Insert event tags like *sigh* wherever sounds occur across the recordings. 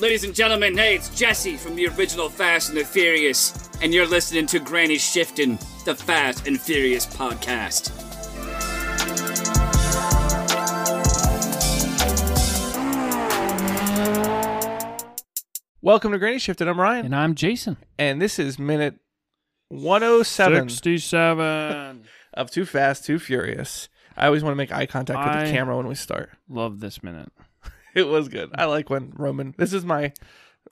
Ladies and gentlemen, hey, it's Jesse from the original Fast and the Furious, and you're listening to Granny Shifting, the Fast and Furious podcast. Welcome to Granny Shifted. I'm Ryan, And I'm Jason. and this is minute 107 67. of Too Fast, Too Furious. I always want to make eye contact with the I- camera when we start. *laughs* *laughs* Love this minute. It was good. I like when Roman. This is my.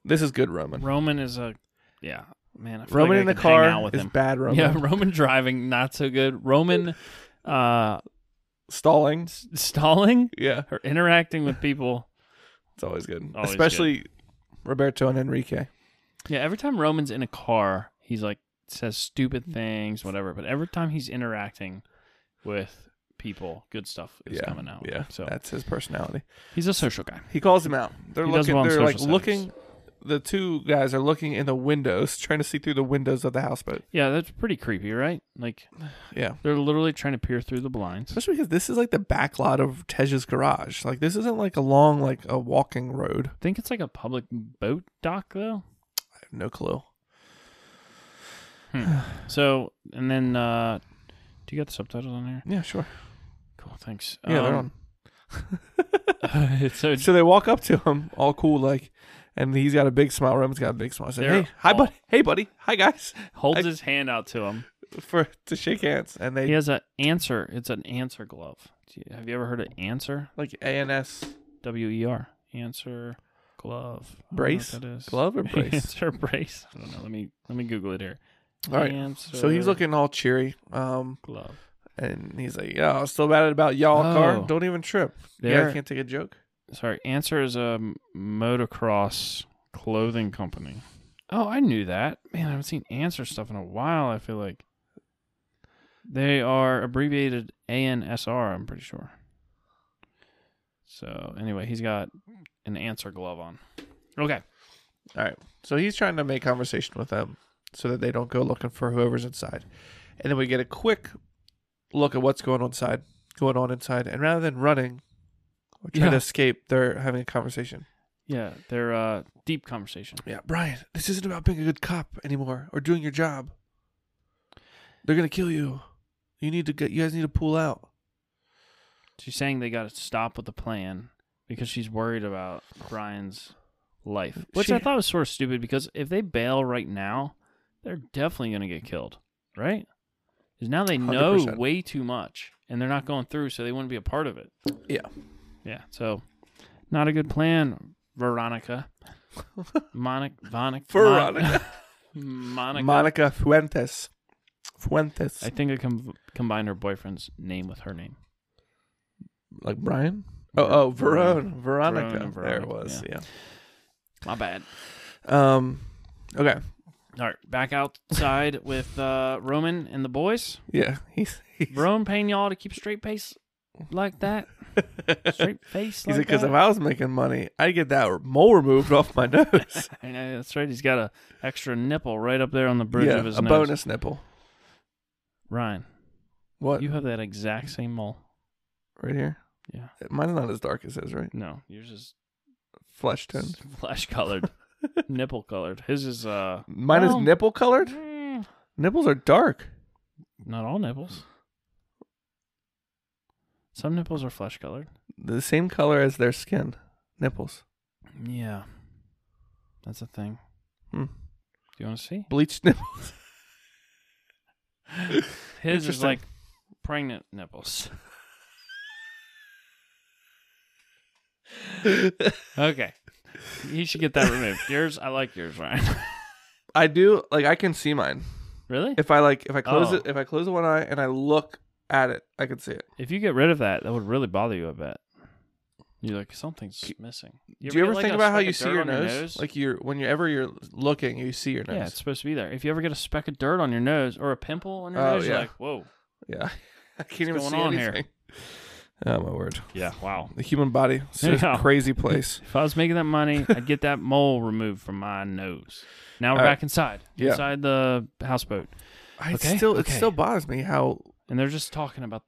This is good Roman. Roman is a, yeah, man. I feel Roman like in I the could hang out car with is him. bad Roman. Yeah, *laughs* Roman driving, not so good. Roman uh, Stalling. stalling Yeah, or interacting with people. it's always good. Always Especially Roberto and Enrique. Yeah, every time Roman's in a car, he's like, says stupid things, whatever. But every time he's interacting with people, good stuff is yeah, coming out. yeah. So that's his personality. he's a social guy. He calls him out. They're He does looking. well on they're like social settings. looking. The two guys are looking in the windows, trying to see through the windows of the houseboat. Yeah, that's pretty creepy, right? Like, *sighs* Yeah. they're literally trying to peer through the blinds. Especially because this is like the back lot of Tej's garage. Like this isn't like a long like a walking road. I think it's like a public boat dock, though. I have no clue. So and then uh do you got the subtitles on there? Yeah, sure. Cool, thanks. Yeah, they're on. on. *laughs* so So they walk up to him, all cool, like, and he's got a big smile. Roman's got a big smile. I said, They're "Hey, hi, all- buddy. Hey, buddy. Hi, guys." *laughs* holds I- his hand out to him. For to shake hands, and they He has an answer. It's an answer glove. Do you- have you ever heard of answer? like ANS W E R answer glove I don't know what Brace? that is. *laughs* glove or brace. answer brace. I don't know. Let me let me Google it here. all right. Answer So he's looking all cheery, um, glove. and he's like, "Yeah, I'm still mad about y'all Oh. car. Don't even trip. Yeah, They're- I can't take a joke." Sorry, answer is a m- motocross clothing company. Oh, I knew that. Man, I haven't seen answer stuff in a while. I feel like they are abbreviated ANSR. I'm pretty sure. So anyway, he's got an answer glove on. Okay. All right. So he's trying to make conversation with them so that they don't go looking for whoever's inside. And then we get a quick look at what's going on inside, going on inside. And rather than running or trying to Yeah. escape, they're having a conversation. Yeah, they're uh, deep conversation. Yeah, Brian, this isn't about being a good cop anymore or doing your job. They're gonna kill you. You need to get. You guys need to pull out. She's saying they got to stop with the plan because she's worried about Brian's life, which I She- thought was sort of stupid because if they bail right now, they're definitely going to get killed, right? Because now they know 100%. way too much and they're not going through, so they wouldn't be a part of it. Yeah. Yeah. So, not a good plan, *laughs* Veronica. Monic, Vonic, Veronica. Mon- *laughs* Monica. Monica Fuentes. Fuentes. I think I com- combined her boyfriend's name with her name. like Brian. Oh, oh, Verone. Verone. Verone Veronica. and There it Veronica, was. Yeah. My bad. Um. Okay. All right, *laughs* back outside with uh, Roman and the boys. Yeah. He's he's, Roman paying y'all to keep straight pace like *laughs* that, straight face. he's like, like because that. if I was making money, I'd get that mole removed off my *laughs* nose. I know, that's right. He's got a extra nipple right up there on the bridge yeah, of his a nose. bonus nipple. Ryan, What? you have that exact same mole. right here? Yeah. Mine's not as dark as his, right? No, yours is Flesh *laughs* tone. *laughs* flesh colored, nipple colored. His is uh, Mine is Well- nipple colored. mm, Nipples are dark. not all nipples. Some nipples are flesh colored. The same color as their skin. Nipples. Yeah, that's a thing. Hmm. Do you want to see? Bleached *laughs* nipples. His is Interesting. like pregnant *laughs* nipples. okay. You should get that removed. Yours, I like yours, Ryan. *laughs* I do like I can see mine. really? If, If I like if I close Oh. it if I close the one eye and I look at it, I can see it. you get rid of that, that would really bother you, I bet. You're like, something's missing. do you ever get, like, think a about how speck of you see dirt your on nose? Like you're whenever you're looking, you see your nose. yeah, it's supposed to be there. If you ever get a speck of dirt on your nose or a pimple on your Oh, nose, yeah. you're like, whoa. *laughs* Yeah. I can't even What's see going on here? anything. Oh my word. Yeah, wow. The human body is a Yeah. crazy place. If I was making that money, *laughs* I'd get that mole removed from my nose. Now we're All right. back inside, Yeah. inside the houseboat. I Okay, still it okay. still bothers me how and they're just talking about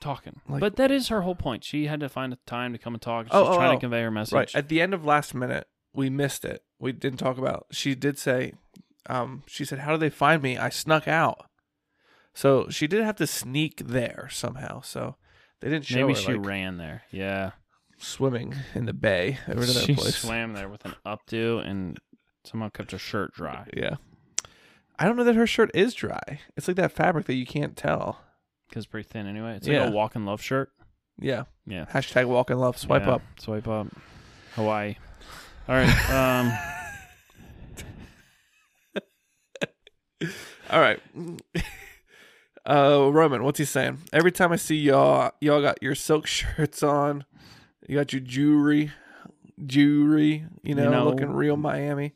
talking. Like- but that is her whole point. She had to find a time to come and talk. She's Oh, oh, trying oh. to convey her message. right at the end of last minute we missed it. We didn't talk about. She did say, um, she said, "How did they find me? I snuck out." So she did have to sneak there somehow. So they didn't show Maybe her she like, ran there. Yeah. swimming in the bay over to that she place. swam there with an updo and somehow kept her *laughs* shirt dry. Yeah, I don't know that her shirt is dry. It's like that fabric that you can't tell. Because pretty thin anyway. It's Yeah. like a walk in love shirt. Yeah. Yeah. Hashtag walk in love. Swipe Yeah, up. Swipe up. Hawaii. All right. Um, *laughs* All right. *laughs* Uh, Roman, what's he saying? Every time I see y'all, y'all got your silk *laughs* shirts on. You got your jewelry, jewelry. You know, know- looking real Miami.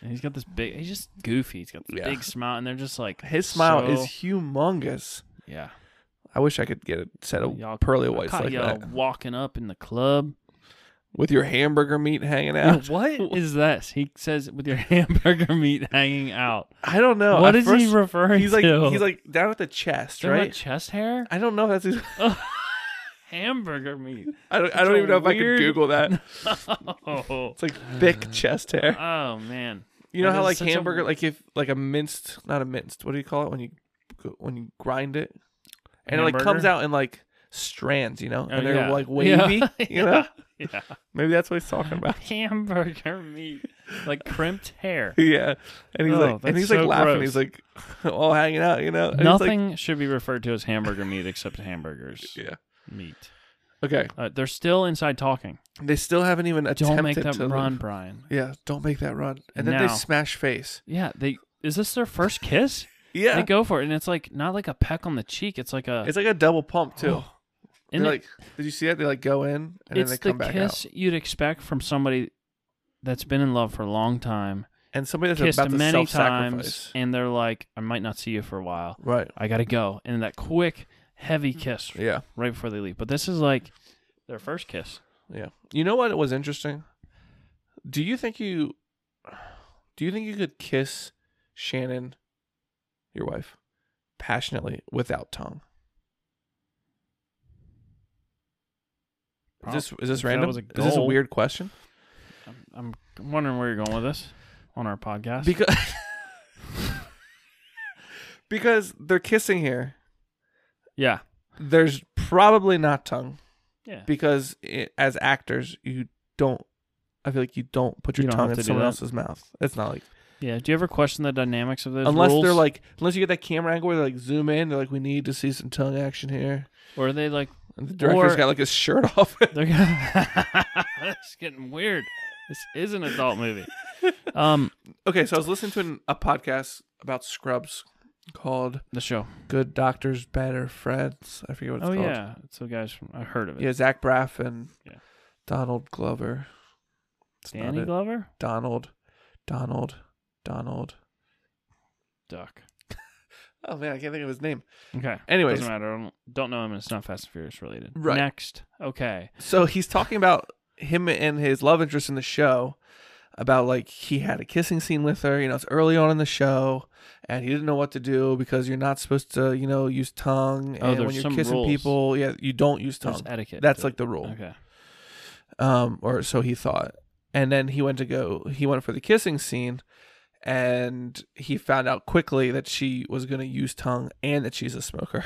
and he's got this big. He's just goofy. He's got this Yeah. big smile, and they're just like His smile so- is humongous. yeah. I wish I could get a set of Y'all- pearly I whites caught like y'all that walking up in the club. with your hamburger meat hanging *laughs* out. *laughs* What is this? He says with your *laughs* hamburger meat hanging out. I don't know. what At is he first, referring He's like to? he's like down at the chest, Talking about right? chest hair. I don't know. If that's hamburger meat. *laughs* *laughs* I don't, I That's don't a even know if I weird- could Google *laughs* that. Oh, It's like thick chest hair. oh man. You know That how is like such a- hamburger, like if like a minced, not a minced. What do you call it when you go- when you grind it? And it like comes Hamburger? out in like strands, you know, Oh, and they're yeah. like *laughs* Yeah. wavy. You know, Yeah. *laughs* maybe that's what he's talking about. *laughs* hamburger meat, like crimped hair. yeah, and he's Oh, like, and that's he's so like laughing. gross. He's like, *laughs* all hanging out, you know. And he's, like- Nothing should be referred to as hamburger meat *laughs* except hamburgers. yeah. Meat. Okay. Uh, they're still inside talking. They still haven't even attempted Don't make them to run, leave. Brian. Yeah, don't make that run. And then Now. they smash face. Yeah, they. Is this their first kiss? *laughs* Yeah, They go for it, and it's like not like a peck on the cheek. It's like a. it's like a double pump too. They're Oh, and it- like, did you see that? They like go in and then it's they come the back out. kiss you'd expect from somebody that's been in love for a long time, And somebody that's kissed about to many self-sacrifice. times, and they're like, "I might not see you for a while. Right. I gotta go." And that quick, heavy kiss Yeah. right before they leave. But this is like their first kiss. Yeah. You know what was interesting? Do you think you do you think you could kiss Shannon, your wife, passionately without tongue? Is this is If this that random? was a Is this a goal- weird question? I'm wondering where you're going with this on our podcast. Because *laughs* *laughs* Because they're kissing here. yeah, There's probably not tongue yeah. because i as actors you don't I feel like you don't put your You don't tongue have in to do someone that. else's mouth. It's not like Yeah. Do you ever question the dynamics of those? unless rules? they're like unless you get that camera angle where they like zoom in they're like we need to see some tongue action here or are they like and the director's Or- got like his shirt *laughs* off they're gonna *laughs* it's getting weird. This is an *laughs* adult movie. Um, okay so i was listening to an, a podcast about scrubs called the show. good doctors bad friends i forget what it's oh called yeah, so guys, from, I heard of it. yeah zach braff and Yeah. donald glover it's Danny not it. Glover, donald donald donald Duck. oh man i can't think of his name Okay. anyways Doesn't matter. I don't, don't know him. and It's not Fast and Furious related. Right. Next. Okay. So he's talking about him and his love interest in the show about like he had a kissing scene with her, you know, it's early on in the show and he didn't know what to do because you're not supposed to, you know, use tongue Oh, and when there's you're some kissing rules. people, yeah, you don't use There's tongue. etiquette. That's to like it. the rule. Okay. Um or so he thought. And then he went to go he went for the kissing scene and he found out quickly that she was going to use tongue and that she's a smoker.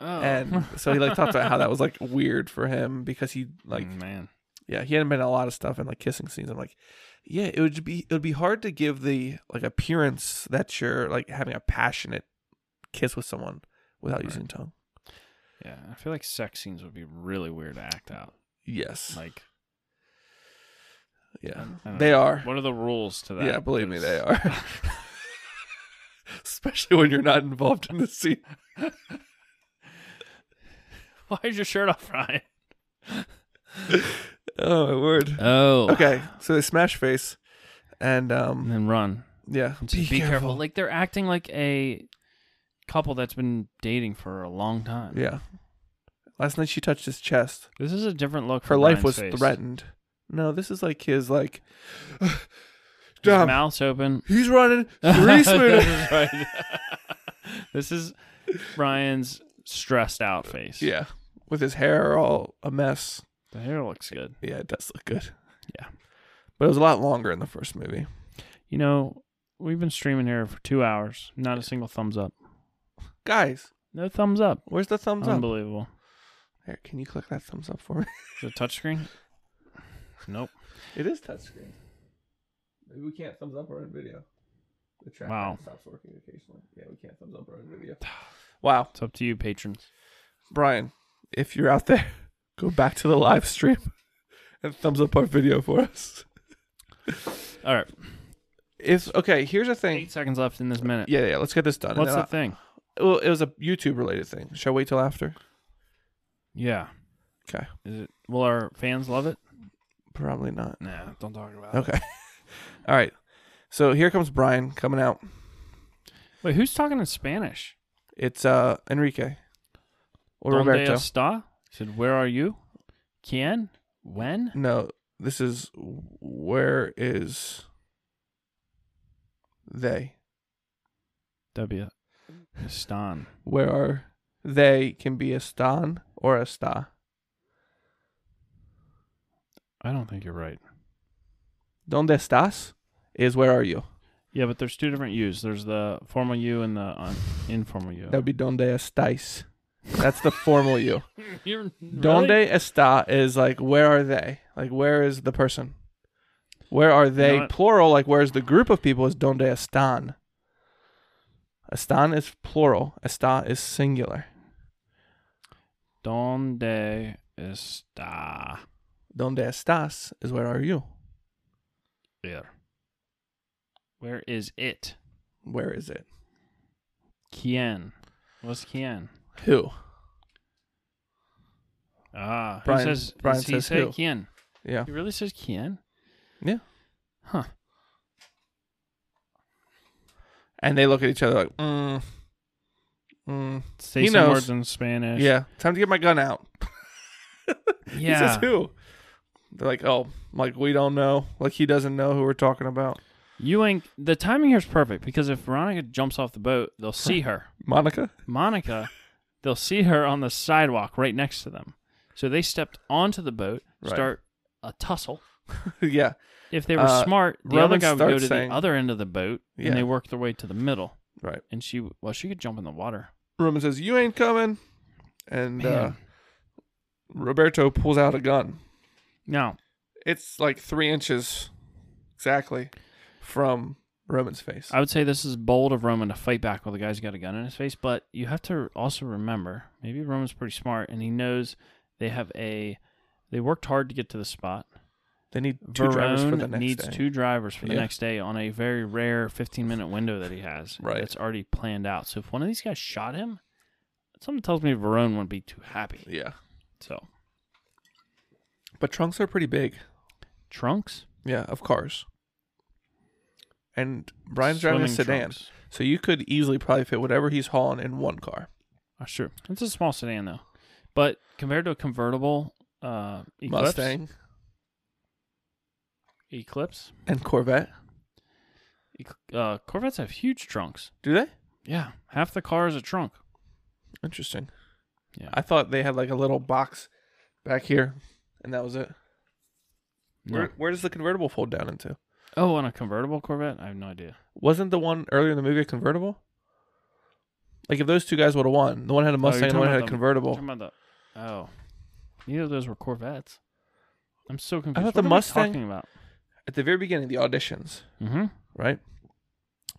Oh. And so he like talked *laughs* about how that was like weird for him because he like man. yeah, he hadn't been in a lot of stuff in like kissing scenes. I'm like, yeah, it would be it would be hard to give the like appearance that you're like having a passionate kiss with someone without Right. using tongue. Yeah, I feel like sex scenes would be really weird to act out. Yes, Like yeah, I don't they know. are. What are the rules to that? Yeah, believe me, they Because- are. *laughs* Especially when you're not involved in the scene. *laughs* Why is your shirt off, Ryan? Oh my *sighs* word. Oh. Okay, so they smash face, and And um, then run. yeah, Just Like they're acting like a couple that's been dating for a long time. yeah. Last night she touched his chest. This is a different look. her for life Brian's was face. threatened. No, this is like his like. His Dom, mouth's open. he's running *laughs* three this smoother. is right. this is Brian's stressed out face. *laughs* yeah, with his hair all a mess. The hair looks good. Yeah, it does look good. Yeah. But it was a lot longer in the first movie. You know, we've been streaming here for two hours. Not a single thumbs up. Guys, No thumbs up. where's the thumbs up? Unbelievable. Here, can you click that thumbs up for me? *laughs* Is it a touchscreen? Nope. It is touchscreen. Maybe we can't thumbs up our own video. The track Wow. stops working occasionally. Yeah, we can't thumbs up our own video. *sighs* Wow. It's up to you, patrons. Brian, if you're out there, *laughs* go back to the live stream *laughs* and thumbs up our video for us. All right. It's okay. Here's the thing. Eight seconds left in this minute. Yeah, yeah. Let's get this done. And What's then the thing? I- well, it was a YouTube related thing. Shall I wait till after? Yeah. Okay. Is it? Will our fans love it? Probably not. Nah. Don't talk about it. Okay. *laughs* All right. So here comes Brian coming out. Wait, who's talking in Spanish? It's uh Enrique or ¿Dónde Roberto. está? He said, "Where are you? ¿Quién? When? No, this is where is they? W. Stan. Where are they? Can be a stan or a sta. I don't think you're right. Donde estás? Is where are you? Yeah, but there's two different U's. There's the formal U and the un- informal U. That would be donde estáis. That's the formal you. You're Donde está is like where are they? Like where is the person? Where are they? what? plural. Like where's the group of people? Is donde están? Están is plural. Está is singular. Donde está? Donde estás is where are you? Where? Where is it? Where is it? ¿Quién? What's quién? Who? Ah, who Brian- says, Brian does he says say who? quién? Yeah. He really says quién? Yeah. Huh. And they look at each other like, mm, mm. Say He some knows. words in Spanish. yeah, *laughs* time to get my gun out. Yeah. He says who? They're like, oh, like we don't know. Like he doesn't know who we're talking about. You ain't. The timing here is perfect because if Veronica jumps off the boat, *laughs* they'll see her. Monica. Monica, they'll see her on the sidewalk right next to them. So they stepped onto the boat, Right. start a tussle. yeah, If they were Uh, smart, the Roman other guy would go starts to saying- the other end of the boat, Yeah. and they work their way to the middle. right. And she, well, she could jump in the water. Roman says, you ain't coming. And uh, Man. Roberto pulls out a gun. Now, It's like three inches exactly from Roman's face. I would say this is bold of Roman to fight back while the guy's got a gun in his face, but you have to also remember maybe Roman's pretty smart and he knows they have a they worked hard to get to the spot. they need two drivers for Verone the next needs day. two drivers for the Yeah. next day on a very rare 15 minute window that he has. Right. It's already planned out. So if one of these guys shot him, something tells me Verone wouldn't be too happy. Yeah, So but trunks are pretty big. trunks, Yeah, of cars. And Brian's driving a Swimming sedan, trunks. so you could easily probably fit whatever he's hauling in one car. Oh, sure. It's a small sedan though, but compared to a convertible uh, Eclipse, Mustang Eclipse, and Corvette. Ec- uh, Corvettes have huge trunks. Do they? Yeah, half the car is a trunk. Interesting. Yeah. I thought they had like a little box back here, and that was it. No. Where, where does the convertible fold down into? Oh, on a convertible Corvette, I have no idea. Wasn't the one earlier in the movie a convertible? Like if those two guys would have won, the one had a Mustang, and the Oh, talking one about had a the- convertible. Talking about the oh, neither of those were Corvettes. I'm so confused. thought What the are we Mustang- talking about. At the very beginning, the auditions, Mm-hmm. right?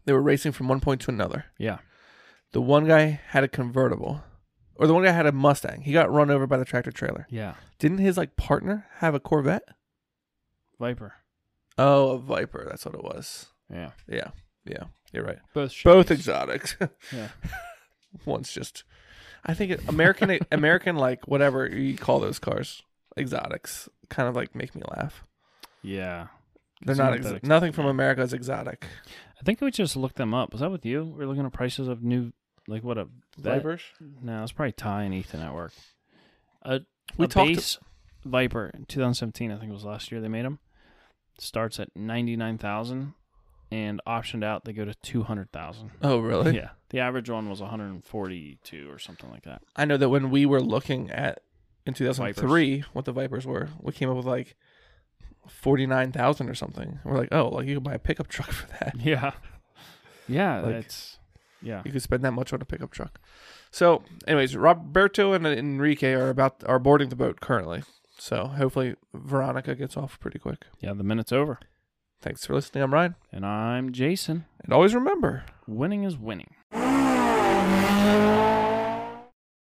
They were racing from one point to another. Yeah. The one guy had a convertible, or the one guy had a Mustang. He got run over by the tractor trailer. Yeah. Didn't his like partner have a Corvette? Viper. Oh, a Viper. That's what it was. Yeah. Yeah, yeah. You're right. Both. Both exotics. Yeah. *laughs* One's just, I think it, American American like whatever you call those cars exotics kind of like make me laugh. Yeah. They're It's not that ex- ex- nothing from America is exotic. I think we just looked them up. Was that with you? We were looking at prices of new, like what a that- Vipers. No, it's probably Ty and Ethan at work. A, We a talked- base Viper in 2017, I think it was last year they made them. Starts at 99,000 and optioned out they go to 200,000. Oh really? Yeah. The average one was 142 or something *laughs* like that. I know that when we were looking at in 2003 what the Vipers were, we came up with like forty nine thousand or something. And we're like, oh, like you could buy a pickup truck *laughs* for that. Yeah. Yeah. Like- it's yeah. You could spend that much on a pickup truck. So, anyways, Roberto and Enrique are about are boarding the boat currently. So hopefully Veronica gets off pretty quick. Yeah. The minute's over. Thanks for listening. I'm Ryan, And I'm Jason. and always remember. Winning is winning.